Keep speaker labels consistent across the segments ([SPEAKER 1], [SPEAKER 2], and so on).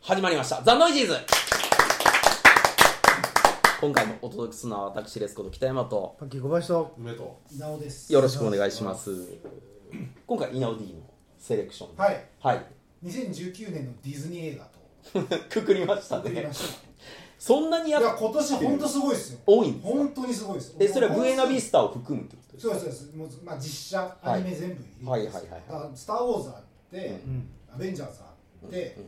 [SPEAKER 1] 始まりました。ザ・ノイジーズ今回もお届けするのは私、レスコの北山と、
[SPEAKER 2] パッキー小林と
[SPEAKER 3] 梅と
[SPEAKER 2] なおです
[SPEAKER 1] よろしくお願いします。今回、イナオ D のセレクション。
[SPEAKER 2] は。い
[SPEAKER 1] はい。
[SPEAKER 2] 2019年のディズニー映画と
[SPEAKER 1] くくりました
[SPEAKER 2] 送り
[SPEAKER 1] ね
[SPEAKER 2] ま。した
[SPEAKER 1] そんなにや
[SPEAKER 2] いや今年本当すごいですよ
[SPEAKER 1] 多いんですか
[SPEAKER 2] 本当にすごいです
[SPEAKER 1] え、それはブエナビ
[SPEAKER 2] ス
[SPEAKER 1] スタを含むってことです
[SPEAKER 2] そうですそうですもう、まあ、実写アニメ全部入れてます
[SPEAKER 1] はいはいはいはい
[SPEAKER 2] だからスター・ウォーズあって、
[SPEAKER 3] ん
[SPEAKER 2] アベンジャーズあって
[SPEAKER 1] うん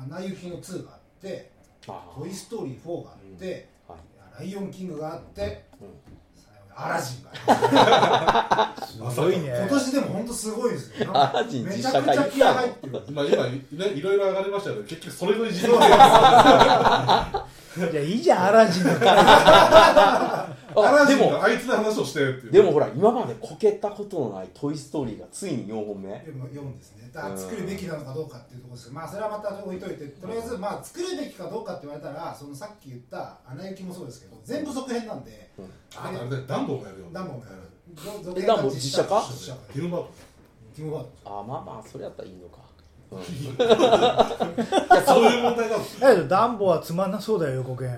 [SPEAKER 1] うん
[SPEAKER 2] 「アナ雪の2」があって
[SPEAKER 1] か
[SPEAKER 2] 「トイ・ストーリー4」があって
[SPEAKER 1] あーはい。
[SPEAKER 2] 「ライオン・キング」があって
[SPEAKER 1] うん
[SPEAKER 2] 「アラジン」があって
[SPEAKER 3] す
[SPEAKER 2] ごい今年でも本当すごいですよ
[SPEAKER 1] アラジン
[SPEAKER 2] めちゃくちゃ気合入ってる
[SPEAKER 3] 今今いいろいろ上がりましたけど結局それの 事情で
[SPEAKER 4] いや、いいじゃん、アラジンの回。
[SPEAKER 1] あ、でも、
[SPEAKER 3] あいつの話をしてっていう
[SPEAKER 1] でもほら、今までこけたことのないトイ・ストーリーがついに4本目。
[SPEAKER 2] でも読むんですねだから作るべきなのかどうかっていうところですけどまあそれはまた置いといてとりあえずまあ作るべきかどうかって言われたらそのさっき言った「アナ雪」もそうですけど全部続編なんで
[SPEAKER 1] うん
[SPEAKER 3] ああれでダンボもやるよ
[SPEAKER 2] ダンボもやるぞ続
[SPEAKER 1] ダンボ実写化
[SPEAKER 2] 実写化
[SPEAKER 3] ヒルマ
[SPEAKER 2] キムバード
[SPEAKER 1] あー、まあまあ、それやったらいいのか。うん
[SPEAKER 3] そういう問題がある
[SPEAKER 4] だけど、ダンボはつまんなそうだよ、予告編。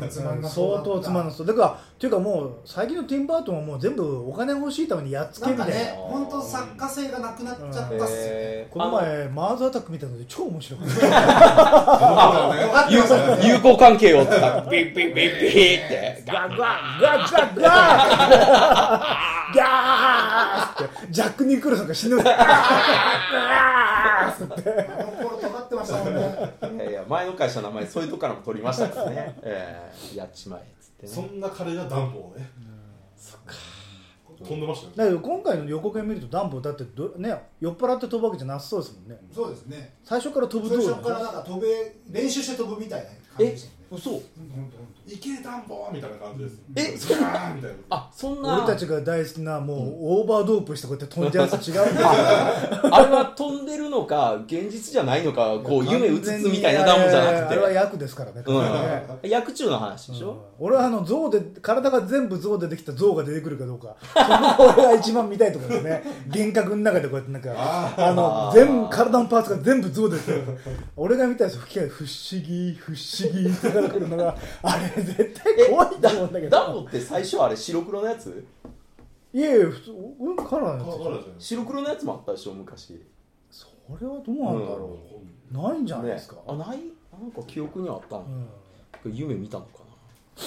[SPEAKER 2] うんつまんな
[SPEAKER 4] 相当つまん
[SPEAKER 2] な
[SPEAKER 4] なそう。だから、っていうかもう、最近のティンバートンはもう全部お金欲しいためにやっつけ
[SPEAKER 2] な
[SPEAKER 4] み
[SPEAKER 2] ん
[SPEAKER 4] た
[SPEAKER 2] か
[SPEAKER 4] いな。
[SPEAKER 2] ね本当作家性がなくなっちゃったっすよね
[SPEAKER 1] えー
[SPEAKER 4] この前、マーズアタック見たので超面白かった。
[SPEAKER 3] あ
[SPEAKER 2] 分かってますよ
[SPEAKER 1] 友
[SPEAKER 2] ね
[SPEAKER 1] 好関係を使って、ビッビッビッビッって、ガンガン
[SPEAKER 4] ガッガッガーギャーって、ジャック・ニクルソンが死ぬ。
[SPEAKER 2] あの頃尖ってましたもんね
[SPEAKER 1] いやいや前の会社の名前そういうとこからも取りましたから ね、えー、やっちまえっつって
[SPEAKER 3] そ
[SPEAKER 1] ね
[SPEAKER 3] んな彼がダンボをね飛んでましたよ
[SPEAKER 4] だけど、今回の予告編見ると、ダンボだってど、ね、酔っ払って飛ぶわけじゃなさそうですもんね。
[SPEAKER 2] そうですね
[SPEAKER 4] 最初から飛ぶ
[SPEAKER 2] 最
[SPEAKER 4] 道
[SPEAKER 2] 初
[SPEAKER 4] 路
[SPEAKER 2] からなんか飛べ練習して飛ぶみたいな感じでしたね
[SPEAKER 1] 嘘
[SPEAKER 2] うんほんとほんと
[SPEAKER 3] いけダンボみたいな感じです
[SPEAKER 1] えそんな
[SPEAKER 3] みたいな
[SPEAKER 1] あそんな
[SPEAKER 4] 俺たちが大好きなもうオーバードープしてこうやって飛んじゃうやつ違うんだよ
[SPEAKER 1] あれは飛んでるのか現実じゃないのかこう夢うつつみたいなダンボじゃなく
[SPEAKER 4] あれは
[SPEAKER 1] て
[SPEAKER 4] 役ですからね,、
[SPEAKER 1] うん役中の話でしょ、
[SPEAKER 4] 俺はあの象で体が全部象でできた象が出てくるかど うかそこが俺が一番見たいところですね幻覚の中でこうやってなんかあの全部体のパーツが全部象で出てくる俺が見たやつ吹き替え不思議不思議って出てくるの があれ絶対怖いと思うんだけ
[SPEAKER 1] ダンボ
[SPEAKER 4] ど
[SPEAKER 1] って最初あれ白黒のやつ
[SPEAKER 4] いやいや普通俺カラーのやつ
[SPEAKER 3] 彼じゃ
[SPEAKER 1] 白黒のやつもあったでしょ昔
[SPEAKER 4] それはどうなんだろう、ないんじゃないですか、
[SPEAKER 1] ねあないなんか記憶にはあったの
[SPEAKER 4] う、ん
[SPEAKER 1] 夢見たのかな、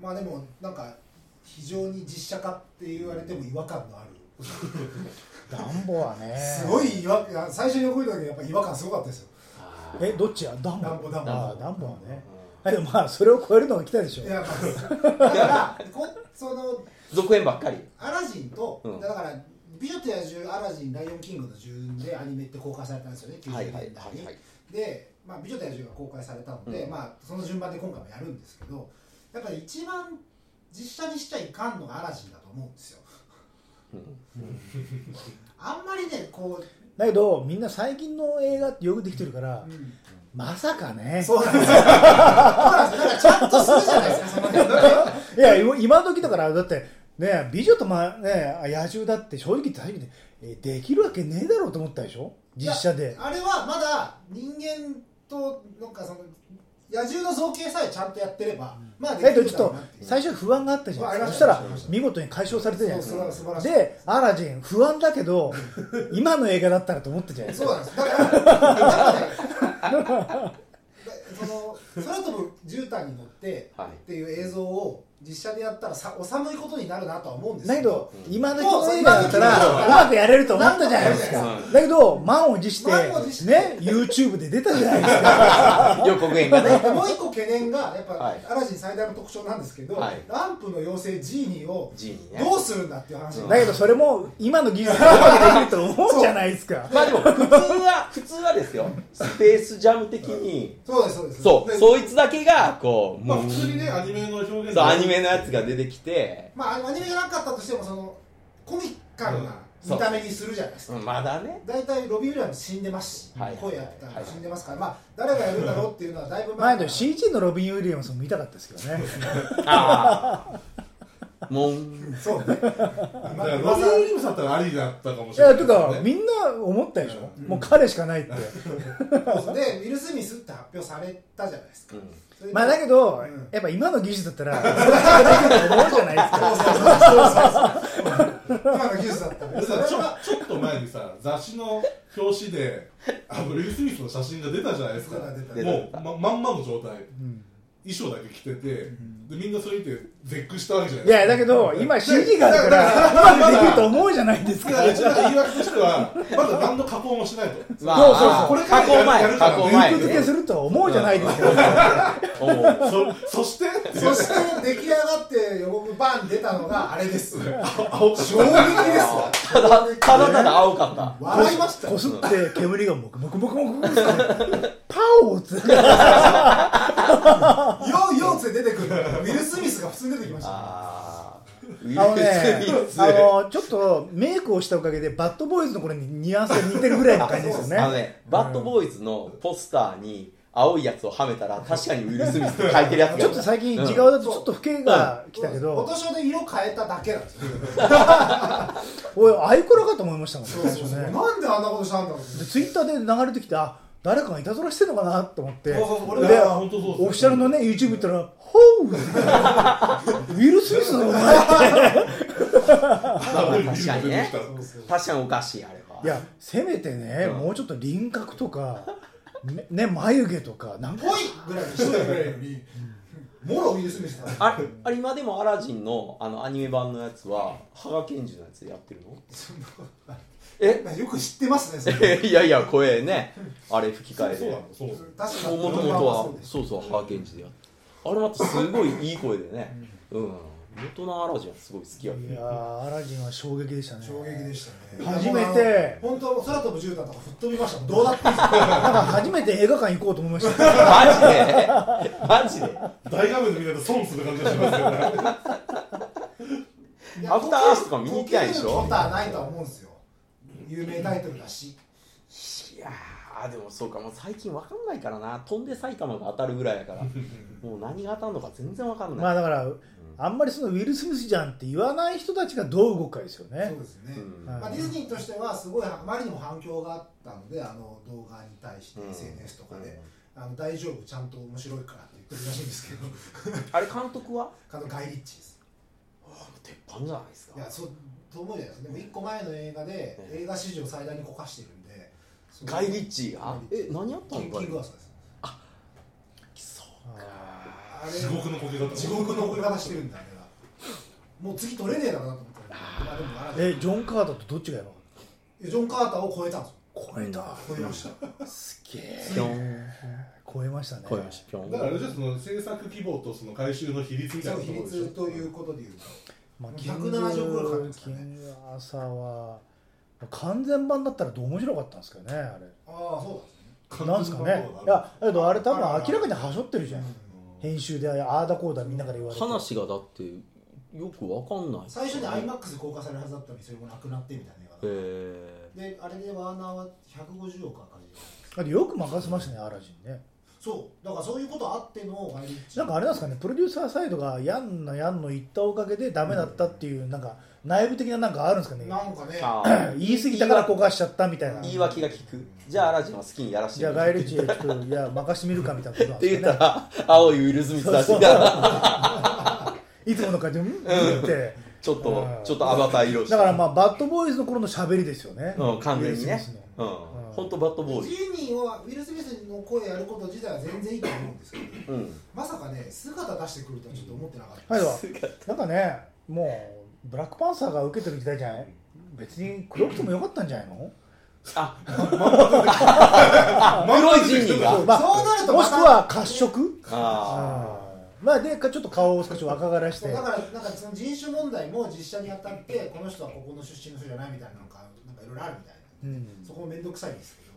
[SPEAKER 2] まあでもなんか非常に実写化って言われても違和感のある、
[SPEAKER 4] ダンボはね
[SPEAKER 2] すごい違和感最初に覚えた時やっぱ違和感すごかったですよ
[SPEAKER 4] えどっちやダンボ
[SPEAKER 2] ダンボダンボ
[SPEAKER 4] あダンボはねあでもまあそれを超えるのが来たでしょ
[SPEAKER 2] いやまあだからこその
[SPEAKER 1] 続編ばっかり
[SPEAKER 2] アラジンと、
[SPEAKER 1] うん
[SPEAKER 2] だから「美女と野獣」「アラジン」「ライオンキング」の順でアニメって公開されたんですよね90
[SPEAKER 1] はい
[SPEAKER 2] 年
[SPEAKER 1] はい
[SPEAKER 2] 代に、
[SPEAKER 1] はいはい
[SPEAKER 2] で、まあ、美女と野獣が公開されたので、
[SPEAKER 1] うん
[SPEAKER 2] まあ、その順番で今回もやるんですけどやっぱり一番実写にしちゃいかんのがアラジンだと思うんですよ
[SPEAKER 1] うん
[SPEAKER 2] あんまりねこ
[SPEAKER 4] だけどみんな最近の映画ってよくできてるから、
[SPEAKER 2] う、うん
[SPEAKER 4] まさかね
[SPEAKER 2] そうなんですよ。そうなんですよ。だからちゃんとするじゃないですか、その辺ね。
[SPEAKER 4] いや今今時だからだってね美女と、まね、野獣だって正直言って初めてえできるわけねえだろうと思ったでしょ実写で
[SPEAKER 2] あれはまだ人間と、なんかその、野獣の造形さえちゃんとやってれば、まあ
[SPEAKER 4] だ
[SPEAKER 2] で
[SPEAKER 4] け
[SPEAKER 2] き
[SPEAKER 4] ど
[SPEAKER 2] る
[SPEAKER 4] ちょっ
[SPEAKER 2] だろ
[SPEAKER 4] と
[SPEAKER 2] うなっていう。
[SPEAKER 4] 最初不安があったじゃない
[SPEAKER 2] あ
[SPEAKER 4] で
[SPEAKER 2] り
[SPEAKER 4] すか
[SPEAKER 2] ま
[SPEAKER 4] そ
[SPEAKER 2] し
[SPEAKER 4] したたら見事に解消されたじゃないです
[SPEAKER 2] そう
[SPEAKER 4] か
[SPEAKER 2] 素晴らしい
[SPEAKER 4] でアラジン不安だけど今の映画だったらと思ったじゃないです
[SPEAKER 2] そう
[SPEAKER 4] か
[SPEAKER 2] なんです。だから、なんかねその空飛ぶ絨毯に乗って
[SPEAKER 1] はい
[SPEAKER 2] っていう映像を実写でやったらさお寒いことになるなとは思うんです
[SPEAKER 4] だけ
[SPEAKER 2] けど
[SPEAKER 4] ど、今時の映画だった
[SPEAKER 2] そう
[SPEAKER 4] らうまくやれると思ったじゃないですか
[SPEAKER 1] う
[SPEAKER 4] だけど満を持して
[SPEAKER 2] 満を持して
[SPEAKER 4] ね YouTube で出たじゃないですか
[SPEAKER 1] 予告編が ね
[SPEAKER 2] でもう一個懸念がやっぱ、
[SPEAKER 1] はい
[SPEAKER 2] アラジン最大の特徴なんですけど、
[SPEAKER 1] はい
[SPEAKER 2] ランプの妖精ジーニーを
[SPEAKER 1] ジーニーね
[SPEAKER 2] どうするんだっていう話なんですよ
[SPEAKER 4] だけどそれも今の技術でうまくできると思うじゃないですか
[SPEAKER 1] まあでも普通は普通はですよスペースジャム的に
[SPEAKER 2] そうですそうです
[SPEAKER 1] そう
[SPEAKER 3] ね
[SPEAKER 1] そいつだけがこう
[SPEAKER 3] まあ
[SPEAKER 1] もう
[SPEAKER 3] 普通にねアニメの表現
[SPEAKER 1] そうアニメのやつが出てきて
[SPEAKER 2] まあアニメがなかったとしてもそのコミカルな見た目にするじゃないですか、
[SPEAKER 1] うんまだね
[SPEAKER 2] 大体ロビー・ウィリアムズ死んでますし、
[SPEAKER 1] はい
[SPEAKER 2] 声やってた
[SPEAKER 1] は
[SPEAKER 2] ら
[SPEAKER 1] い
[SPEAKER 2] 死んでますから、まあ誰がやるんだろうっていうのはだいぶ
[SPEAKER 4] 前
[SPEAKER 2] から
[SPEAKER 4] の CG のロビン・ウィリアムスも見たかったですけどね
[SPEAKER 1] あもう
[SPEAKER 2] そうね。
[SPEAKER 3] だ
[SPEAKER 2] ま
[SPEAKER 3] から
[SPEAKER 2] ま
[SPEAKER 3] ロ
[SPEAKER 2] さ
[SPEAKER 3] ビー・ウィリムスだったらありだったかも
[SPEAKER 4] い
[SPEAKER 3] しれな
[SPEAKER 4] や
[SPEAKER 3] い
[SPEAKER 4] て
[SPEAKER 3] ですね
[SPEAKER 4] かみんな思ったでしょ、もう彼しかないって
[SPEAKER 2] で、ウィル・スミスって発表されたじゃないですか。それで
[SPEAKER 4] まあだけど、
[SPEAKER 2] うん
[SPEAKER 4] やっぱ今の技術だったらそう思うじゃないですか
[SPEAKER 2] そうそうそうそうそう。今の技術だったね。
[SPEAKER 3] だ
[SPEAKER 2] そ
[SPEAKER 3] か
[SPEAKER 2] れ
[SPEAKER 3] らちょ
[SPEAKER 2] は、
[SPEAKER 3] ちょっと前にさ雑誌の表紙であのウィル・スミスの写真が出たじゃないですか
[SPEAKER 2] 出
[SPEAKER 1] た
[SPEAKER 3] もう、ま、まんまの状態
[SPEAKER 4] うん
[SPEAKER 3] 衣装だけ着てて、でみんなそれ見て絶句したわけじゃない
[SPEAKER 4] いやだけど今 CG があるからうまくできると思うじゃないです
[SPEAKER 3] だ
[SPEAKER 4] か
[SPEAKER 3] からうちら言い訳としてはまだ何の加工もしないと
[SPEAKER 1] ま
[SPEAKER 4] そうそうそう
[SPEAKER 1] あ、
[SPEAKER 3] こ
[SPEAKER 1] こ
[SPEAKER 3] れ
[SPEAKER 1] れ
[SPEAKER 3] から
[SPEAKER 1] 加工
[SPEAKER 3] や
[SPEAKER 1] 前、
[SPEAKER 3] るか
[SPEAKER 1] 加
[SPEAKER 3] ら
[SPEAKER 1] 工
[SPEAKER 3] は
[SPEAKER 1] 前
[SPEAKER 4] 肉付けするとは思うじゃないですか、
[SPEAKER 1] おう
[SPEAKER 3] そそしてって
[SPEAKER 2] そして出来上がって予告バーン出たのがあれ です。衝撃
[SPEAKER 3] 青か
[SPEAKER 2] ですわ。
[SPEAKER 1] ただ、ただただ青かった。
[SPEAKER 2] 笑いましたよ。
[SPEAKER 4] こすって煙がもくもくもくもくもくパオーつって
[SPEAKER 2] ようようって出てくる。ウィル・スミスが普通に出てきました。
[SPEAKER 1] あーウ
[SPEAKER 4] あ
[SPEAKER 1] ィ
[SPEAKER 4] のね
[SPEAKER 1] ル・スミス。
[SPEAKER 4] あ
[SPEAKER 1] あ
[SPEAKER 4] のちょっとメイクをしたおかげでバッドボーイズのこれにニュアンスが似てるぐらいの感じですよね
[SPEAKER 1] のね、バッドボーイズのポスターに青いやつをはめたら、確かにウィル・スミスって書いてるやつが。
[SPEAKER 4] ちょっと最近地顔だとちょっと老けが来たけど、
[SPEAKER 2] 今年で色変えただけなんですよ。
[SPEAKER 4] おいアイコラかと思いましたもんね
[SPEAKER 2] そうそうそう。
[SPEAKER 4] 最初ね
[SPEAKER 2] なんであんなことしたんだろう。
[SPEAKER 4] でツイッターで流れてきてあ誰かがいたずらしてんのかなと思って
[SPEAKER 3] そうそうそう俺も
[SPEAKER 4] で
[SPEAKER 3] あ本当そうそう
[SPEAKER 4] オフィシャルのね YouTube 行ったら「ホウ!」ウィル・スミスのことないって
[SPEAKER 1] 確かにね
[SPEAKER 3] そうそう
[SPEAKER 1] 確かにおかしい、あれは。
[SPEAKER 4] いやせめてね、
[SPEAKER 1] うん
[SPEAKER 4] もうちょっと輪郭とかねね眉毛とかなんか
[SPEAKER 2] ぽいぐらいにしといてくれるのに、もろウィル・スミスだ。
[SPEAKER 1] あれあれ今でもアラジンのあのアニメ版のやつは羽賀健二のやつでやってるのえ
[SPEAKER 2] まあよく知ってますね、それ。
[SPEAKER 1] えいやいや怖えねあれ吹き替え
[SPEAKER 3] そうな
[SPEAKER 1] で
[SPEAKER 3] のそうなの
[SPEAKER 2] 確かに。
[SPEAKER 1] もともとはそうそう羽賀健二でやってあれまたすごいいい声でねうん元のアラジンはすごい好きやけ
[SPEAKER 4] い
[SPEAKER 1] ど
[SPEAKER 4] やーアラジンは衝撃でしたね
[SPEAKER 2] 衝撃でしたね。
[SPEAKER 4] 初めて
[SPEAKER 2] 本当空飛ぶ絨毯とか吹っ飛びましたもん。どうだったんですか。
[SPEAKER 4] なんか初めて映画館行こうと思いましたね
[SPEAKER 1] マジでマジ で
[SPEAKER 3] 大画面で見ると損する感じがしますよね
[SPEAKER 2] い や
[SPEAKER 1] アフターアースとか見に行きたいでしょ
[SPEAKER 2] 溶けることはないとは思うんですよ。有名タイトルだし。
[SPEAKER 1] いやーでもそうかもう最近わかんないからな飛んで埼玉が当たるぐらいや からもう何が当たるのか全然わかんない、
[SPEAKER 4] まあだからあんまりそのウィル・スミスじゃんって言わない人たちがどう動くかですよね
[SPEAKER 2] そうですね。
[SPEAKER 1] うん
[SPEAKER 4] はい
[SPEAKER 2] まあ、ディズニーとしてはすごいあまりにも反響があったのであの動画に対して
[SPEAKER 1] うん
[SPEAKER 2] SNS とかで、あの大丈夫ちゃんと面白いからって言ってるらしいんですけど
[SPEAKER 1] あれ監督は
[SPEAKER 2] あのガイリッチです
[SPEAKER 1] 鉄板じゃないですか
[SPEAKER 2] いやそうと思うじゃないですかでも1個前の映画で
[SPEAKER 1] うん
[SPEAKER 2] 映画史上最大にこかしてるんでそう
[SPEAKER 1] ガイリッチーがえ何やった
[SPEAKER 2] キ
[SPEAKER 1] の
[SPEAKER 2] ンキングアースです
[SPEAKER 1] そう
[SPEAKER 4] あ
[SPEAKER 2] あ
[SPEAKER 3] 地
[SPEAKER 2] れ
[SPEAKER 3] 獄の苔だった
[SPEAKER 2] 地獄の送り方してるんだあれがもう次取れねえだろうなと思ったまあでもあ
[SPEAKER 4] ー
[SPEAKER 2] れ
[SPEAKER 4] えジョン・カーターとどっちがやろう
[SPEAKER 2] ジョン・カーターを超えたんですよ
[SPEAKER 4] 超えた
[SPEAKER 2] 超えました
[SPEAKER 4] すげえ
[SPEAKER 1] ピョン
[SPEAKER 4] 超えましたね
[SPEAKER 1] 超えましたピョン
[SPEAKER 3] だからあれじゃその制作規模とその回収の比率みたい
[SPEAKER 2] そ
[SPEAKER 3] な
[SPEAKER 2] の
[SPEAKER 3] とこ
[SPEAKER 2] 比
[SPEAKER 3] ろでしょ
[SPEAKER 2] 率ということでいうと
[SPEAKER 4] まあ、キング
[SPEAKER 2] 170ぐらいかかるんですか
[SPEAKER 4] キ
[SPEAKER 2] ね
[SPEAKER 4] ングアーサーは完全版だったらどう面白かったんですけどねあれ
[SPEAKER 2] ああそうだ
[SPEAKER 4] なんですか
[SPEAKER 3] 監
[SPEAKER 4] ね
[SPEAKER 3] 督
[SPEAKER 4] い
[SPEAKER 3] の方が
[SPEAKER 4] やだけどあれ多分
[SPEAKER 2] ある
[SPEAKER 4] 明らかにはしょってるじゃん編集でああだこうだみんなから言われて
[SPEAKER 1] 話がだってよくわかんない
[SPEAKER 2] 最初に iMAX で公開されるはずだったのにそれもなくなってみたいな映
[SPEAKER 1] え
[SPEAKER 2] 画だ
[SPEAKER 1] ー
[SPEAKER 2] であれでワーナーは150億赤字で
[SPEAKER 4] だってよく任せましたねアラジンね
[SPEAKER 2] そうだからそういうことあってのガイリッチ
[SPEAKER 4] なんかあれなんですかねプロデューサーサイドがやんのやんの言ったおかげでダメだったっていう、なんか内部的ななんかあるんですかね
[SPEAKER 2] なんかね
[SPEAKER 1] あー
[SPEAKER 4] 言い過ぎたから焦がしちゃったみたいな
[SPEAKER 1] 言い訳が聞くじゃあアラジンは好きにやらせて
[SPEAKER 4] じゃあガイルチェちょっといや任してみるかみたいなことなん
[SPEAKER 1] っ
[SPEAKER 4] で
[SPEAKER 1] て
[SPEAKER 4] す
[SPEAKER 1] 言っ
[SPEAKER 4] か
[SPEAKER 1] た
[SPEAKER 4] ね
[SPEAKER 1] ら青いウィル・スミスだし
[SPEAKER 4] いつもの感じでうんって
[SPEAKER 1] ちょっと
[SPEAKER 4] うん
[SPEAKER 1] ちょっとアバター色して
[SPEAKER 4] だからまあバッドボーイズの頃の喋りですよね、
[SPEAKER 1] うん完全に
[SPEAKER 4] ウィル
[SPEAKER 1] ね
[SPEAKER 4] スミスの
[SPEAKER 1] うん
[SPEAKER 4] うん
[SPEAKER 1] 本当バッド
[SPEAKER 2] デ
[SPEAKER 1] ボ
[SPEAKER 2] ィ
[SPEAKER 1] ー
[SPEAKER 2] ズ
[SPEAKER 1] イ
[SPEAKER 2] ニーはウィル・スミスの声やること自体は全然いいと思うんですけど
[SPEAKER 1] うん
[SPEAKER 2] まさかね姿出してくるとはちょっと思ってなかった
[SPEAKER 4] はいなんかねもうブラックパンサーが受けてる時代じゃない別に黒くてもよかったんじゃないの、
[SPEAKER 1] あ
[SPEAKER 3] まんま
[SPEAKER 1] 黒いジンニーが
[SPEAKER 4] まあ
[SPEAKER 2] そうなると
[SPEAKER 4] も
[SPEAKER 2] ま
[SPEAKER 4] したくは褐色
[SPEAKER 1] あ
[SPEAKER 4] まあでかちょっと顔を少し若返らし
[SPEAKER 2] そ
[SPEAKER 4] て
[SPEAKER 2] うだからなんかその人種問題も実写にあたってこの人はここの出身の人じゃないみたいなのかなんかいろいろあるみたいな
[SPEAKER 4] うん
[SPEAKER 2] そこも面倒くさいんですけど、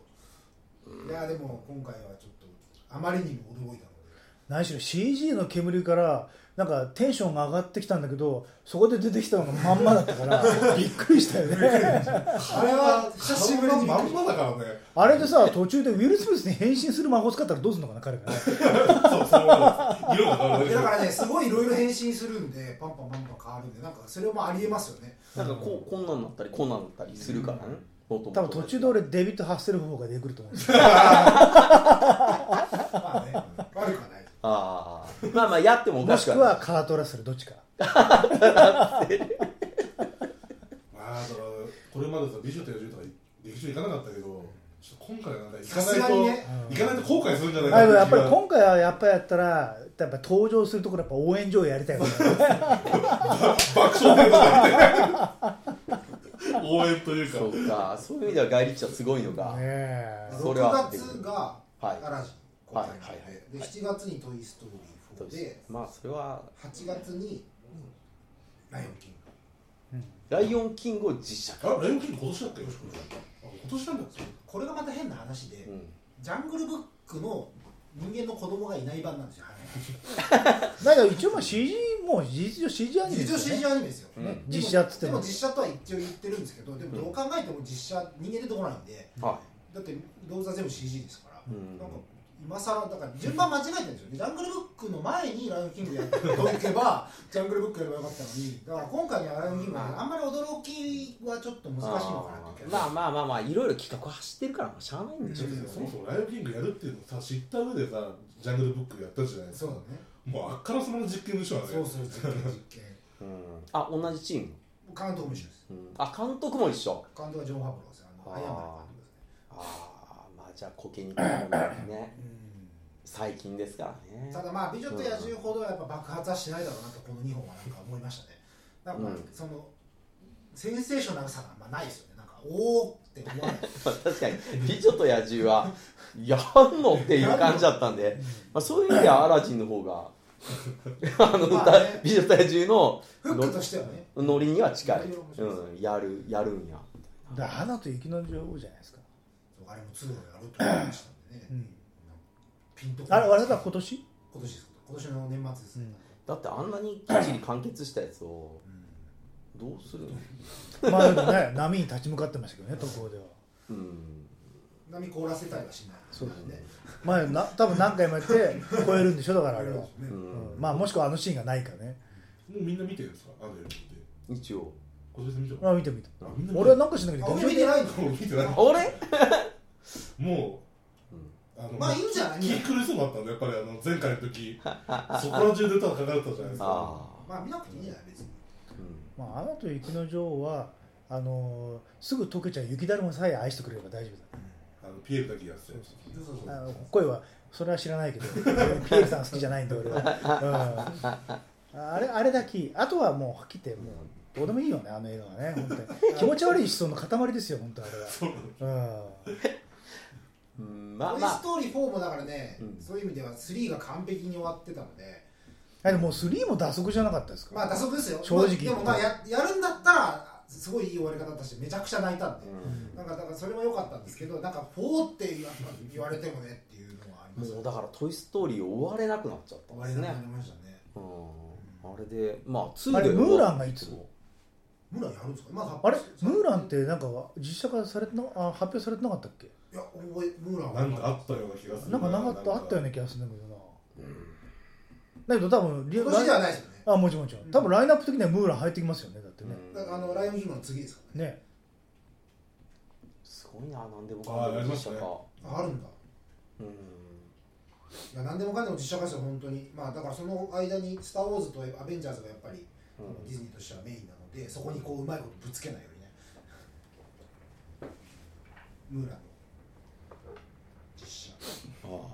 [SPEAKER 2] いやでも今回はちょっとあまりにも驚いたので
[SPEAKER 4] 何しろ CG の煙からなんかテンションが上がってきたんだけどそこで出てきたのがまんまだったから びっくりしたよね
[SPEAKER 2] あれは久しぶりに
[SPEAKER 3] 顔がまんまだからね
[SPEAKER 4] あれでさ途中でウィル・スミスに変身する孫使ったらどうするのかな彼がね
[SPEAKER 3] そうそうなんです色が変わる
[SPEAKER 2] いやだからねすごいいろいろ変身するんでパンパンパンパン変わるんでなんかそれもありえますよね
[SPEAKER 1] なんかこうこんなんなったりこんなんなったりするからね、もともと
[SPEAKER 4] 多分途中で俺デビッド・ハッセルフォーが出てくると思うんですよ
[SPEAKER 2] まあね悪くはない
[SPEAKER 1] ああまあまあやってもお
[SPEAKER 4] も
[SPEAKER 1] か
[SPEAKER 4] し
[SPEAKER 1] し
[SPEAKER 4] く
[SPEAKER 1] く
[SPEAKER 4] は
[SPEAKER 1] は
[SPEAKER 4] カート・ラッセルどっちか
[SPEAKER 3] まあだからこれまでさ「美女と野獣」とか劇場行かなかったけどちょっと今回はなんか行
[SPEAKER 2] さ
[SPEAKER 3] かな
[SPEAKER 2] す
[SPEAKER 3] い
[SPEAKER 2] が
[SPEAKER 3] と
[SPEAKER 2] にね
[SPEAKER 3] 行かないと後悔するんじゃない
[SPEAKER 4] あ
[SPEAKER 3] か
[SPEAKER 4] でもやっぱり
[SPEAKER 3] 気が
[SPEAKER 4] 今回はやっぱりやったらやっぱ登場するところやっぱ応援上映やりたいよね
[SPEAKER 3] 爆笑でとか言って応援というか
[SPEAKER 1] そうかそういう意味ではガイリッチはすごいのが、
[SPEAKER 4] ねえ
[SPEAKER 1] そ
[SPEAKER 2] 6
[SPEAKER 1] れは
[SPEAKER 2] 月が
[SPEAKER 1] は
[SPEAKER 2] ア
[SPEAKER 1] い
[SPEAKER 2] ラジン公開なんで,、
[SPEAKER 1] はいはいはい
[SPEAKER 2] で7月に「トイ・ストーリー
[SPEAKER 1] そう
[SPEAKER 2] 4」
[SPEAKER 1] です
[SPEAKER 2] で
[SPEAKER 1] まあそれは
[SPEAKER 2] 8月に「ライオンキング
[SPEAKER 1] ライオンキングを実写化、
[SPEAKER 3] あレインキング今年だったよあ今年なんだっ」
[SPEAKER 2] これがまた変な話で、
[SPEAKER 1] うん、
[SPEAKER 2] ジャングルブックの人間の子供がいない版なんですよ
[SPEAKER 4] だから一応まあ CG もう事実上 CG アニメで
[SPEAKER 2] 実
[SPEAKER 4] すよ
[SPEAKER 2] 上 CG アニメですよ、
[SPEAKER 1] うん
[SPEAKER 2] ね
[SPEAKER 4] 実写っつって
[SPEAKER 2] で
[SPEAKER 4] も
[SPEAKER 2] も実写とは一応言ってるんですけどでもどう考えても実写人間出てこないんで
[SPEAKER 1] は
[SPEAKER 2] だって動作全部 CG ですから、
[SPEAKER 1] うん
[SPEAKER 2] なんか今更だから順番間違えてるんですよねジャングルブックの前に「ライオンキング」やっておけば ジャングルブックやればよかったのにだから今回の「ライオンキング」はあんまり驚きはちょっと
[SPEAKER 1] い
[SPEAKER 2] 難しいのかなっていう
[SPEAKER 1] まあまあまあまあいろいろ企画は走ってるからもうしゃあないんでしょうけど
[SPEAKER 3] け
[SPEAKER 1] ね
[SPEAKER 3] そもそもライオンキングやるっていうのさ知った上でさジャングルブックやったじゃないです
[SPEAKER 2] そう
[SPEAKER 3] か
[SPEAKER 2] だね
[SPEAKER 3] もうあっからその実験でしょあれ
[SPEAKER 2] そうそう実験実験
[SPEAKER 1] うん、あ同じチーム、
[SPEAKER 2] 監督も一緒です
[SPEAKER 1] うん、あ監督も一緒
[SPEAKER 2] 監督はジョン・ハブローですよあ
[SPEAKER 1] あ
[SPEAKER 2] の
[SPEAKER 1] ー
[SPEAKER 2] アイアンマンの監督ですね
[SPEAKER 1] ああまあじゃあコケにね
[SPEAKER 2] うん
[SPEAKER 1] 最近ですからね
[SPEAKER 2] ただまあ「美女と野獣」ほどやっぱ爆発はしないだろうなとこの2本はなんか思いましたねなんかまあ
[SPEAKER 1] うん
[SPEAKER 2] そのセンセーショナルさがまあないですよねなんかおおって思わない
[SPEAKER 1] まあ確かに「美女と野獣」は「やんの?」っていう感じだったんで、まあ、そういう意味ではアラジンの方があの
[SPEAKER 2] ま
[SPEAKER 1] 歌、
[SPEAKER 2] あね
[SPEAKER 1] 美女と野獣の
[SPEAKER 2] フックとしてはね
[SPEAKER 1] ノリには近い、
[SPEAKER 2] ノリは面白いです
[SPEAKER 1] うん、やるやるんや
[SPEAKER 4] だから花と雪の女王じゃないですか
[SPEAKER 2] あれも通路やろうと思いましたんでね、
[SPEAKER 4] うん
[SPEAKER 2] ピンとこな
[SPEAKER 4] あ
[SPEAKER 2] い
[SPEAKER 4] れ我々は今年
[SPEAKER 2] 今年です今年の年末ですね、
[SPEAKER 1] だってあんなにきっちり完結したやつをどうするの
[SPEAKER 4] まあでもね波に立ち向かってましたけどね渡航では
[SPEAKER 1] うん
[SPEAKER 2] 波凍らせたりはしない
[SPEAKER 4] そう
[SPEAKER 2] ですね
[SPEAKER 4] まあな多分何回もやって超えるんでしょだからあれは、
[SPEAKER 1] う
[SPEAKER 4] うんん、まあもしくはあのシーンがないかね
[SPEAKER 3] もうみんな見てるんですかあのやって
[SPEAKER 1] 一応
[SPEAKER 3] 小泉見て
[SPEAKER 4] まあ見て見て
[SPEAKER 3] あみんな見てる
[SPEAKER 4] 俺はなんかしなきゃ
[SPEAKER 2] あ
[SPEAKER 4] 劇
[SPEAKER 2] 俺
[SPEAKER 4] 場
[SPEAKER 2] 見て
[SPEAKER 4] で
[SPEAKER 2] ないの
[SPEAKER 3] もう見てな
[SPEAKER 1] あ
[SPEAKER 3] い
[SPEAKER 1] れ
[SPEAKER 3] もう、
[SPEAKER 1] うん
[SPEAKER 3] あの
[SPEAKER 2] まあいいんじゃない
[SPEAKER 3] 気狂いそうだったんだやっぱりあの前回の 時そこら中で歌がかかったじゃないですか
[SPEAKER 1] ああ
[SPEAKER 2] まあ見なくていいんじゃない別に
[SPEAKER 1] うん
[SPEAKER 4] まあ、アナと雪の女王はあのーすぐ溶けちゃう雪だるまさえ愛してくれれば大丈
[SPEAKER 3] あのピエールだけやってたやつ
[SPEAKER 2] そうそう
[SPEAKER 4] 夫
[SPEAKER 2] そ
[SPEAKER 4] だあ
[SPEAKER 2] う
[SPEAKER 4] の声はそれは知らないけど ピエールさん好きじゃないんで俺は、うん、あれあれだけあとはもうはっきり言ってもうどうでもいいよねあの映画はね本当に気持ち悪い思想の塊ですよ本当あれは、うん、
[SPEAKER 1] うん
[SPEAKER 2] ト
[SPEAKER 1] まあ
[SPEAKER 2] イ・
[SPEAKER 1] ま
[SPEAKER 2] ス
[SPEAKER 1] あ
[SPEAKER 2] トーリー4もだからね、
[SPEAKER 1] うん
[SPEAKER 2] そういう意味では3が完璧に終わってたので
[SPEAKER 4] えでももう3も打足じゃなかったですか、
[SPEAKER 2] まあ打足ですよ
[SPEAKER 4] 正直
[SPEAKER 2] でもまあややるんだったらすごいいい終わり方だったしめちゃくちゃ泣いたんで、
[SPEAKER 1] うん
[SPEAKER 2] なんかだからそれも良かったんですけどなんか「4」って言わ言われてもねっていうのはあります
[SPEAKER 1] もうだから「トイ・ストーリー」を終われなくなっちゃったん
[SPEAKER 2] 終
[SPEAKER 1] で
[SPEAKER 2] わり
[SPEAKER 1] すね
[SPEAKER 2] になりましたね
[SPEAKER 1] うんあれでまあ2で
[SPEAKER 4] あれ
[SPEAKER 1] 終わ
[SPEAKER 4] ムーランがいつ
[SPEAKER 2] ムーランやるんですか、まあ、
[SPEAKER 4] あれムーランってなんか実写化されてなあ発表されてなかったっけ
[SPEAKER 2] いや覚えムーランは
[SPEAKER 3] なんかあったような気がする
[SPEAKER 4] なんかなかったあったような気がするんだけどな、だけど多分リ
[SPEAKER 2] 今年ではないですよね
[SPEAKER 4] あもちろんもちろん多分ラインナップ的にはムーラン入ってきますよねだってね、
[SPEAKER 2] だからあのライオンキングの次ですからね
[SPEAKER 4] ね
[SPEAKER 1] すごいななんでも
[SPEAKER 3] あーやりました
[SPEAKER 1] か
[SPEAKER 3] ね
[SPEAKER 2] ああるんだ
[SPEAKER 1] うん
[SPEAKER 2] いや何でもかんでも実写化ですよ本当にまあだからその間に「スター・ウォーズ」と「アベンジャーズ」がやっぱり、
[SPEAKER 1] うん
[SPEAKER 2] ディズニーとしてはメインなのでそこにこううまいことぶつけないようにねムーランの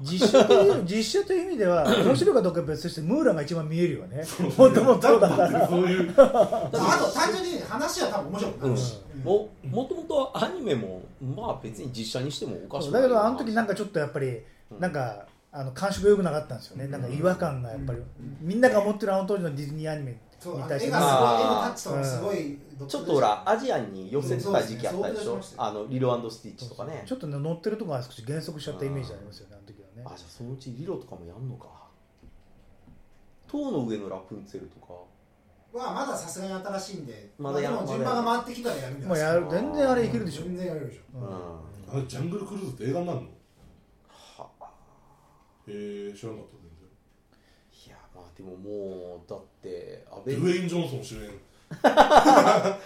[SPEAKER 2] 実写
[SPEAKER 4] 実写という 実写という意味では面白いかどうかは別としてムーランが一番見えるよねもともとだから
[SPEAKER 3] あそういう
[SPEAKER 2] あと単純に話は多分面白くなるし、うん
[SPEAKER 1] ももともとアニメもまあ別に実写にしてもおかしくな
[SPEAKER 4] だ
[SPEAKER 1] い
[SPEAKER 4] けどあの時なん
[SPEAKER 1] か
[SPEAKER 4] かちょっとやっぱりなんかあの感触が良くなかったんですよねなんか違和感がやっぱりみんなが思ってるあの当時のディズニーアニメ
[SPEAKER 2] そう
[SPEAKER 4] に
[SPEAKER 2] あの
[SPEAKER 4] 対して
[SPEAKER 2] 絵
[SPEAKER 4] ま
[SPEAKER 2] が
[SPEAKER 4] あ
[SPEAKER 1] あー
[SPEAKER 2] すごい絵のタッチとかすごい独特で
[SPEAKER 1] ちょっとほらアジアに寄せてた時期あったでし
[SPEAKER 2] うんそ
[SPEAKER 1] ょ
[SPEAKER 2] うですね
[SPEAKER 1] あのリロスティッチとかね
[SPEAKER 4] ちょっとね乗ってるとこが少し減速しちゃったイメージありますよねあの時はねね
[SPEAKER 1] あじゃあそのうちリロとかもやんのか塔の上のラプンツェルとか
[SPEAKER 2] はまださすがに新しいんで、
[SPEAKER 1] まだやる
[SPEAKER 2] でも順番が回ってきたらやるんじゃ
[SPEAKER 4] ま
[SPEAKER 2] な
[SPEAKER 4] あ
[SPEAKER 2] い
[SPEAKER 4] やる全然あれいけるでしょ、
[SPEAKER 2] 全然やれるでし
[SPEAKER 1] う
[SPEAKER 2] ょ。
[SPEAKER 1] ん、
[SPEAKER 4] うん
[SPEAKER 3] あれジャングルクルーズって映画になるの
[SPEAKER 1] は
[SPEAKER 3] へえ知らなかった
[SPEAKER 1] い
[SPEAKER 3] 全
[SPEAKER 1] やまあでももうだって安倍
[SPEAKER 3] 然ドゥエイン・ジョンソン主演は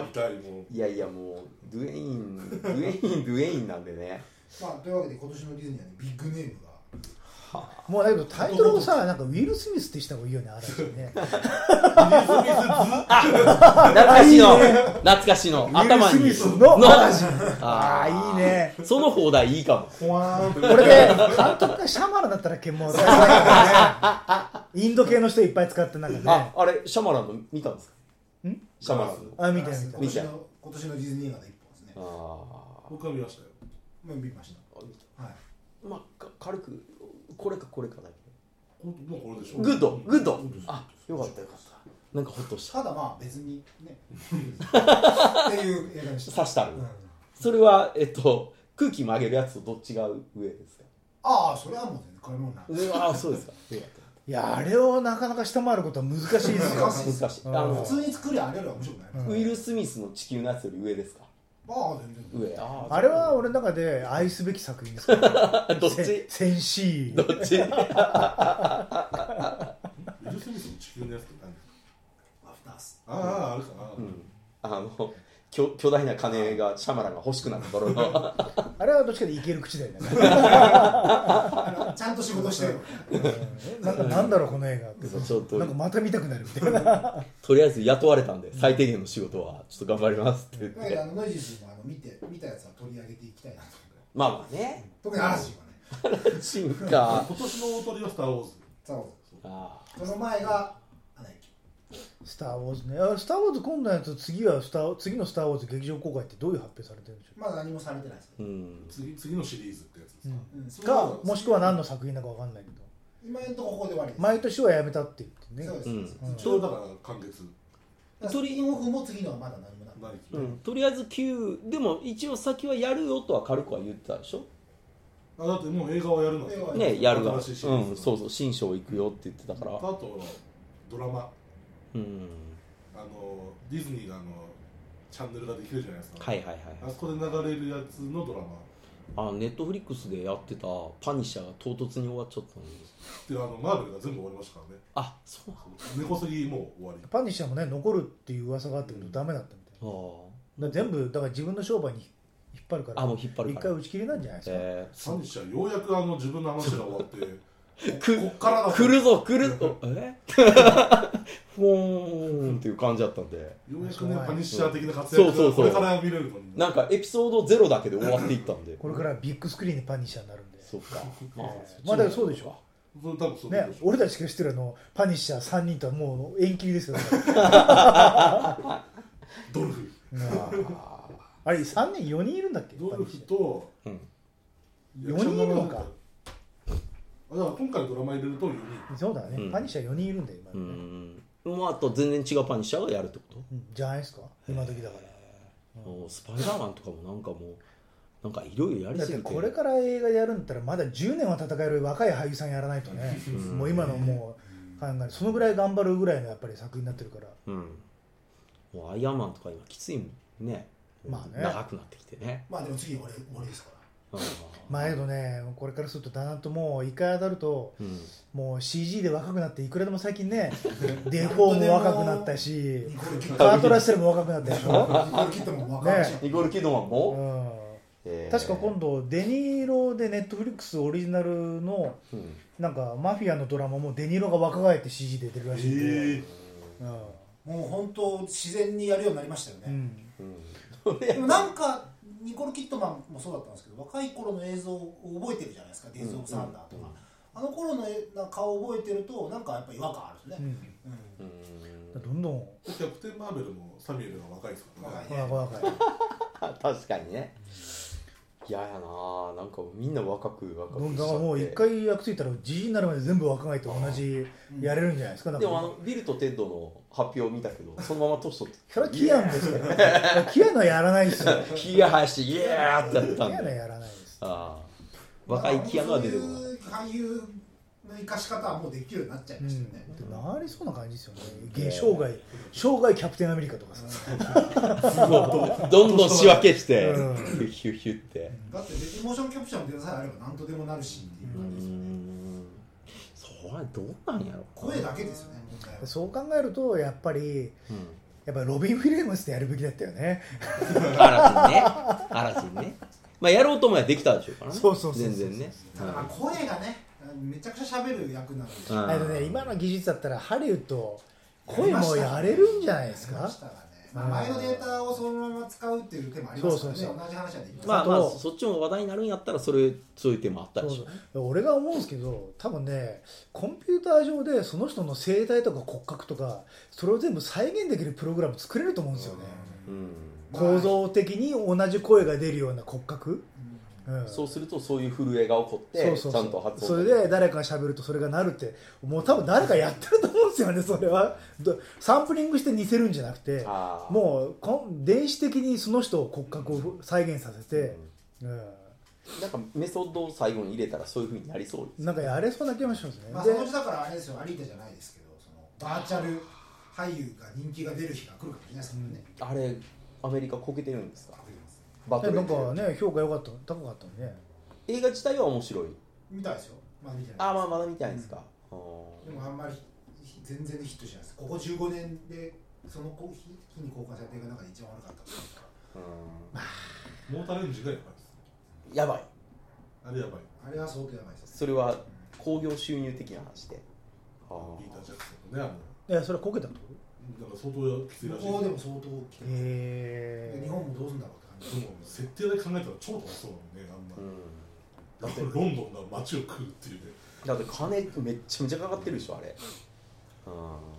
[SPEAKER 3] い見たいもう
[SPEAKER 1] いやいやもうドゥエインドゥエインドゥエインなんでね
[SPEAKER 2] まあというわけで今年のディズニーはねビッグネームが。
[SPEAKER 4] もうだけどタイトルもさなんかウィル・スミスってした方がいいよね嵐ね
[SPEAKER 1] 懐かしいの
[SPEAKER 4] いいね
[SPEAKER 1] 懐かしいの
[SPEAKER 4] ウ
[SPEAKER 1] 頭
[SPEAKER 4] ィ
[SPEAKER 1] に
[SPEAKER 4] ル・スミスの
[SPEAKER 1] の
[SPEAKER 4] 嵐あ
[SPEAKER 1] あ
[SPEAKER 4] あいいね
[SPEAKER 1] ーその放題いいかも
[SPEAKER 2] ほわーんと
[SPEAKER 4] これで監督がシャマランだったらけもう最高だからねインド系の人いっぱい使ってなんかね
[SPEAKER 1] ああれシャマランの見たんですか
[SPEAKER 4] ん
[SPEAKER 1] シャマランの
[SPEAKER 4] あ見てない見
[SPEAKER 1] 見
[SPEAKER 4] てない
[SPEAKER 2] 今年
[SPEAKER 1] て
[SPEAKER 2] の今年のディズニー映画で一本ですね。
[SPEAKER 1] あー
[SPEAKER 3] 僕は見ましたよ
[SPEAKER 2] もう見ました。はい。
[SPEAKER 1] まあか軽くこれかこれかだけ
[SPEAKER 3] ほんともうこれでしょ
[SPEAKER 1] グッドグッド
[SPEAKER 3] です
[SPEAKER 1] あよかったよかったなんかほっとした
[SPEAKER 2] ただまあ別に ね。っていう映画でした。
[SPEAKER 1] 刺したる
[SPEAKER 2] うん
[SPEAKER 1] それはえっと空気曲げるやつとどっちが上ですか
[SPEAKER 2] ああそれはもう全然これもうな。
[SPEAKER 1] うわーそうですかよかっ
[SPEAKER 4] いやあれをなかなか下回ることは難しいですよ
[SPEAKER 2] 難
[SPEAKER 1] た
[SPEAKER 2] し
[SPEAKER 1] 難しいあ
[SPEAKER 4] うん
[SPEAKER 1] の
[SPEAKER 2] 普通に作りゃあれよりは面白くない。
[SPEAKER 4] うん
[SPEAKER 1] ウィル・スミスの地球のやつより上ですか
[SPEAKER 2] ああ全然。
[SPEAKER 1] 上あー
[SPEAKER 4] あれは俺の中で愛すべき作品ですから
[SPEAKER 1] どっ
[SPEAKER 4] せ
[SPEAKER 1] ち
[SPEAKER 4] センシー
[SPEAKER 1] どっ ち
[SPEAKER 3] ウィル・スミスの地球のやつって何
[SPEAKER 2] アフタース。
[SPEAKER 3] あああれか
[SPEAKER 1] う
[SPEAKER 3] な、
[SPEAKER 1] んあの巨巨大な金がシャマランが欲しくなった頃の
[SPEAKER 4] あれはどっちかでいける口だよね
[SPEAKER 2] あのちゃんと仕事してよ。
[SPEAKER 4] うんなんかなんだろうこの映画って
[SPEAKER 1] そうちょっと
[SPEAKER 4] なんかまた見たくなるみたいな
[SPEAKER 1] とりあえず雇われたんで最低限の仕事はちょっと頑張りますって言っ
[SPEAKER 2] だけ
[SPEAKER 1] て
[SPEAKER 2] どあのノイジーもあの見て見たやつは取り上げていきたいなと思って。
[SPEAKER 1] まあまあね
[SPEAKER 2] 特に嵐はね。
[SPEAKER 1] 進
[SPEAKER 3] あ
[SPEAKER 1] 化
[SPEAKER 3] 今年の大鳥はスター・ウォーズ
[SPEAKER 2] ザオ
[SPEAKER 1] あ
[SPEAKER 2] その前がアナ雪。
[SPEAKER 4] スター・ウォーズねあスター・ウォーズ今度のやつ次はスター次のスター・ウォーズ劇場公開ってどういう発表されてるんでしょ
[SPEAKER 2] まだ何もされてないですけ
[SPEAKER 1] ーう
[SPEAKER 2] ど。
[SPEAKER 1] ん
[SPEAKER 3] 次次のシリーズってやつですか、
[SPEAKER 4] うん
[SPEAKER 2] うんそうれは
[SPEAKER 4] かもしくは何の作品だかわかんないけど
[SPEAKER 2] 今のとこここで終わりです。
[SPEAKER 4] 毎年はやめたって言って
[SPEAKER 2] そう
[SPEAKER 4] ね
[SPEAKER 2] です、そううんです
[SPEAKER 3] ちょうどだから完結
[SPEAKER 2] だからスピンオフも次のはまだ何もなく
[SPEAKER 3] 何です
[SPEAKER 1] う
[SPEAKER 3] ね、
[SPEAKER 1] ん、とりあえず旧でも一応先はやるよとは軽くは言ってたでしょ
[SPEAKER 3] あだってもう映画はやるの
[SPEAKER 2] 映画は
[SPEAKER 1] ねやるわ、うん、
[SPEAKER 3] 新しいシリーズ、
[SPEAKER 1] そうそう新章行くよって言ってたから
[SPEAKER 3] あとはドラマ
[SPEAKER 1] うん
[SPEAKER 3] あのディズニーがあのチャンネルができるじゃないですか、
[SPEAKER 1] はいはいはい
[SPEAKER 3] あそこで流れるやつのドラマ
[SPEAKER 1] あネットフリックスでやってたパニッシャーが唐突に終わっちゃったの
[SPEAKER 3] であのマーベルが全部終わりましたからね
[SPEAKER 1] あそうな
[SPEAKER 3] 根こそぎもう終わり
[SPEAKER 4] パニッシャーもね残るっていう噂があったけど
[SPEAKER 3] うん
[SPEAKER 4] ダメだったみたいな
[SPEAKER 1] の
[SPEAKER 4] だから全部だから自分の商売に引っ張るか
[SPEAKER 1] ああ
[SPEAKER 4] ら
[SPEAKER 1] あもう引っ張る
[SPEAKER 4] 一
[SPEAKER 1] か
[SPEAKER 4] 回
[SPEAKER 1] ら
[SPEAKER 4] 打ち切りなんじゃないですか、
[SPEAKER 1] え
[SPEAKER 3] サンシャようやくあの自分の話が終わ って
[SPEAKER 1] ー、く
[SPEAKER 3] こっからだ
[SPEAKER 1] 来るぞ来るぞえ ふーんっていう感じだったんで
[SPEAKER 3] ようやくねパニッシャー的な活躍
[SPEAKER 1] そうそう
[SPEAKER 3] が
[SPEAKER 1] そ
[SPEAKER 3] こ
[SPEAKER 1] う
[SPEAKER 3] れから見れるのに
[SPEAKER 1] なんかエピソードゼロだけで終わっていったんで
[SPEAKER 4] これからビッグスクリーンでパニッシャーになるんで
[SPEAKER 1] そっかまあ
[SPEAKER 4] えーまあだからそうでしょ
[SPEAKER 3] それ多分そう
[SPEAKER 4] ね
[SPEAKER 3] でしょ、
[SPEAKER 4] 俺たちが知ってるあのパニッシャー3人とはもう縁切りですよ、ね、
[SPEAKER 3] ドルフ
[SPEAKER 1] あ
[SPEAKER 4] あれ3人4人いるんだっけ
[SPEAKER 3] ド
[SPEAKER 4] パ
[SPEAKER 3] ル
[SPEAKER 4] ニッ
[SPEAKER 3] フ
[SPEAKER 4] シ
[SPEAKER 3] と
[SPEAKER 1] ーうん
[SPEAKER 4] 四人いるのか
[SPEAKER 3] あだから今回のドラマ入れると4
[SPEAKER 4] ャ
[SPEAKER 3] 人
[SPEAKER 4] ーそうだね、
[SPEAKER 1] うん
[SPEAKER 4] パニッシャー4人いるんだよ今
[SPEAKER 1] う
[SPEAKER 4] ね、
[SPEAKER 1] んまああと全然違うパニッシャーがやるってこと
[SPEAKER 4] うんじゃないですか今時だから
[SPEAKER 1] もうスパイダーマンとかもなんかもうなんかいろいろやり
[SPEAKER 4] だっ
[SPEAKER 1] すぎ
[SPEAKER 4] て
[SPEAKER 1] て
[SPEAKER 4] これから映画やるんだったらまだ10年は戦える若い俳優さんやらないとね
[SPEAKER 1] うん
[SPEAKER 4] もう今のもう考えそのぐらい頑張るぐらいのやっぱり作品になってるから
[SPEAKER 1] うんもうアイアンマンとか今きついもんね
[SPEAKER 4] まあね
[SPEAKER 1] 長くなってきてね、
[SPEAKER 2] まあでも次俺俺ですから。
[SPEAKER 1] うん
[SPEAKER 4] まあけどねこれからするとだんだんともう一回当たると
[SPEAKER 1] うん、
[SPEAKER 4] もう CG で若くなっていくらでも最近 ねデフォーも若くなったし
[SPEAKER 2] ニコルキッド
[SPEAKER 4] カートラッセルも若くなったでしょ、
[SPEAKER 2] ニコルキッドも若いし。
[SPEAKER 1] ニコール・キッドマン
[SPEAKER 4] う
[SPEAKER 1] も、
[SPEAKER 4] ん、
[SPEAKER 1] えー
[SPEAKER 4] 確か今度デニーロでネットフリックスオリジナルの
[SPEAKER 1] うん
[SPEAKER 4] なんかマフィアのドラマもデニーロが若返って CG で出てるらしいんで、
[SPEAKER 3] え
[SPEAKER 4] うん
[SPEAKER 2] もう本当自然にやるようになりましたよ
[SPEAKER 4] う
[SPEAKER 2] ね。
[SPEAKER 4] ん
[SPEAKER 1] うん
[SPEAKER 2] でもなんかニコルキッドマンもそうだったんですけど、若い頃の映像を覚えてるじゃないですか。デイズ・オブ・サンダーとか。あの頃の絵な顔を覚えてるとなんかやっぱ違和感あるんです
[SPEAKER 4] う
[SPEAKER 2] ね。
[SPEAKER 4] ん、
[SPEAKER 2] うん
[SPEAKER 1] うん
[SPEAKER 4] どんどん
[SPEAKER 3] キャプテン・マーベルもサミュエルが若いですからね
[SPEAKER 2] 若い
[SPEAKER 4] 若い若い
[SPEAKER 1] あ確かにね嫌ややなあなんかみんな若く若くしちゃ
[SPEAKER 4] だからもう一
[SPEAKER 1] って
[SPEAKER 4] 回役ついたらじじいになるまで全部若返って同じやれるんじゃないですかだか
[SPEAKER 1] でも
[SPEAKER 4] ら
[SPEAKER 1] あのビルとテッドの発表を見たけどそのまま年取って
[SPEAKER 4] それはキアンです からキアンはやらないですよ
[SPEAKER 1] キーハヤシイエーってやって
[SPEAKER 4] キ
[SPEAKER 1] た
[SPEAKER 4] ア
[SPEAKER 1] ん
[SPEAKER 4] ンは
[SPEAKER 1] で
[SPEAKER 4] やらないです
[SPEAKER 1] ああ若いキアノは出てこない
[SPEAKER 2] そういう俳優の生かし方はもうできるようになっちゃいましたよね、
[SPEAKER 4] なりそうな感じですよねげ生涯生涯キャプテンアメリカとかさ
[SPEAKER 1] どんどん仕分けしてヒ
[SPEAKER 4] う
[SPEAKER 1] ュ
[SPEAKER 4] ん
[SPEAKER 1] ッヒュッヒュッって
[SPEAKER 2] だって別にモーションキャプチャーのデザインあれば何とでもなるしっていう
[SPEAKER 1] うー
[SPEAKER 2] 感じですよ
[SPEAKER 1] んそれどうなんやろ
[SPEAKER 2] 声だけですよね問題は
[SPEAKER 4] そう考えるとやっぱり
[SPEAKER 1] うん
[SPEAKER 4] やっぱりロビン・ウィリアムスでやるべきだったよね
[SPEAKER 1] 嵐ね嵐ねまあやろうと思えばできたでしょうからね
[SPEAKER 4] そうそうそうそう
[SPEAKER 1] 全然ね
[SPEAKER 2] だから
[SPEAKER 1] は
[SPEAKER 2] 声がねめちゃくちゃ喋る役なんで
[SPEAKER 1] いうん
[SPEAKER 4] あのね今の技術だったらハリウッド声もやれるんじゃないです
[SPEAKER 2] やりま
[SPEAKER 4] か
[SPEAKER 2] したがねまあ前のデータをそのまま使うっていう手もありますからね
[SPEAKER 4] そうそうそう
[SPEAKER 2] 同じ話はできます
[SPEAKER 1] まあま
[SPEAKER 4] あ
[SPEAKER 1] あ
[SPEAKER 4] と
[SPEAKER 1] そっちも話題になるんやったらそれそういう手もあった
[SPEAKER 4] そ
[SPEAKER 1] で
[SPEAKER 4] う
[SPEAKER 1] しょ
[SPEAKER 4] そう俺が思うんですけど多分ねコンピューター上でその人の声帯とか骨格とかそれを全部再現できるプログラム作れると思うんですよね、
[SPEAKER 1] うん
[SPEAKER 2] うん
[SPEAKER 4] 構造的に同じ声が出るような骨格、うん
[SPEAKER 1] そうするとそういう震えが起こってちゃんと発音
[SPEAKER 4] それで誰かが喋るとそれがなるってもう多分誰かやってると思うんですよね それはどサンプリングして似せるんじゃなくて
[SPEAKER 1] あー
[SPEAKER 4] もうこん電子的にその人を骨格を再現させて、うん
[SPEAKER 1] なんかメソッドを最後に入れたらそういう風になりそうです
[SPEAKER 4] なんかやれそうな気がしますね、
[SPEAKER 2] まあ、そ
[SPEAKER 4] で
[SPEAKER 2] のうちだからあれですよ、アリータじゃないですけど、そのバーチャル俳優が人気が出る日が来るかもしれないですからね。
[SPEAKER 1] あれアメリカこけてるんですかバト
[SPEAKER 4] え
[SPEAKER 1] ル
[SPEAKER 4] なんかね評価良かった高かったのね
[SPEAKER 1] 映画自体は面白い
[SPEAKER 2] 見たいですよ、まあ見てない。
[SPEAKER 1] ああまあまだ見たいんですか、あ
[SPEAKER 2] でもあんまりひ全然ヒットしないです。ここ15年で、そのこ日日に公開されていく中で一番悪かったというか
[SPEAKER 1] ー
[SPEAKER 3] モーターレンジがやばいです
[SPEAKER 1] うんやばい
[SPEAKER 3] あれやばい
[SPEAKER 2] あれは相当やばいですね。
[SPEAKER 1] それは興行収入的な話であ
[SPEAKER 3] ピー
[SPEAKER 1] ー
[SPEAKER 3] ター・ジャクソンのねあの
[SPEAKER 4] いやそれはこけたってこと
[SPEAKER 3] なんか相当きついらしい
[SPEAKER 2] 向こうでも相当来てます
[SPEAKER 4] へ
[SPEAKER 2] で日本もどうするんだろうって
[SPEAKER 3] で
[SPEAKER 2] 感
[SPEAKER 3] も設定で考えたら超楽しそうだもんねあんな、
[SPEAKER 1] うん
[SPEAKER 3] だってロンドンが街を食うっていうね
[SPEAKER 1] だって金めっちゃめちゃかかってるでしょあれうん
[SPEAKER 2] じ。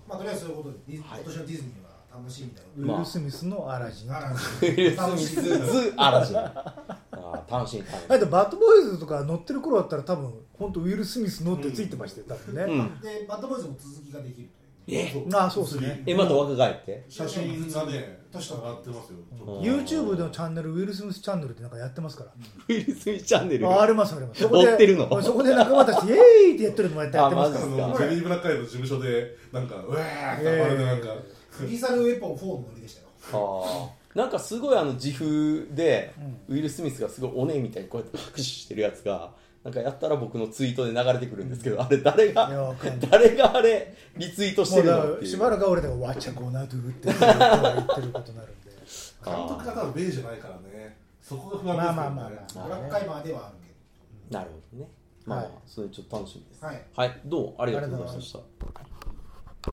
[SPEAKER 2] まあとりあえずそういうことで、ディズ
[SPEAKER 1] はい
[SPEAKER 2] 今年のディズニーは楽しみだよ。
[SPEAKER 4] ウィル・スミスの「アラジン」
[SPEAKER 2] あら
[SPEAKER 1] ウィル・ス
[SPEAKER 2] 楽
[SPEAKER 1] ミ
[SPEAKER 2] し
[SPEAKER 1] ス
[SPEAKER 2] み
[SPEAKER 1] ズ・アラジンあー楽しい楽しい
[SPEAKER 4] だってバッドボーイズとか乗ってる頃だったら多分本当ウィル・スミスのってついてましたよ多分ね、
[SPEAKER 1] うん
[SPEAKER 2] で、バッドボーイズも続きができるという。
[SPEAKER 1] え
[SPEAKER 3] そう
[SPEAKER 4] あそうっすね
[SPEAKER 1] えまた若返って
[SPEAKER 3] 写真がね
[SPEAKER 2] 年
[SPEAKER 3] 確
[SPEAKER 2] と
[SPEAKER 3] か
[SPEAKER 2] か
[SPEAKER 3] 上
[SPEAKER 2] 上がっ
[SPEAKER 3] がってて
[SPEAKER 2] ま
[SPEAKER 3] ますすよ
[SPEAKER 1] ちょっと
[SPEAKER 4] YouTube のチャンネルウィル・スミスチャンネルってなんかやってますから
[SPEAKER 1] ウィル・スミスチャンネル
[SPEAKER 4] あありますありますそ
[SPEAKER 1] 追ってるの
[SPEAKER 4] そこで仲間たちでイエーイってやってるのもやってやってますか
[SPEAKER 1] あ
[SPEAKER 3] あ
[SPEAKER 4] ら
[SPEAKER 1] マ
[SPEAKER 3] のジェリー・ブラックアイドの事務所でなんかうわーって暴れてなんか、
[SPEAKER 2] フリーサルウェポン4のノリでしたよ。
[SPEAKER 1] あーなんかすごいあの自負で、
[SPEAKER 4] う
[SPEAKER 1] ウィル・スミスがすごいおねえみたいにこうやって拍手してるやつがなんかやったら僕のツイートで流れてくるんですけどあれ誰
[SPEAKER 4] いや
[SPEAKER 1] が
[SPEAKER 4] わかんない
[SPEAKER 1] 誰があれリツイートし
[SPEAKER 4] も
[SPEAKER 1] て
[SPEAKER 4] う
[SPEAKER 1] る
[SPEAKER 4] だ
[SPEAKER 1] のっ
[SPEAKER 4] か
[SPEAKER 1] て
[SPEAKER 4] ら
[SPEAKER 1] いう
[SPEAKER 4] しばらくは俺でも「わちゃごなどゥ」ってずっと言ってることになるんで
[SPEAKER 1] あー
[SPEAKER 3] 監督が多分米じゃないからねそこが不安ですよね
[SPEAKER 4] まあまあまあまあ
[SPEAKER 2] ブラックカイマーではあるけど。
[SPEAKER 1] なるほどねまあ、
[SPEAKER 4] はい
[SPEAKER 1] それちょっと楽しみです
[SPEAKER 2] はい、
[SPEAKER 1] どうもありがとうございました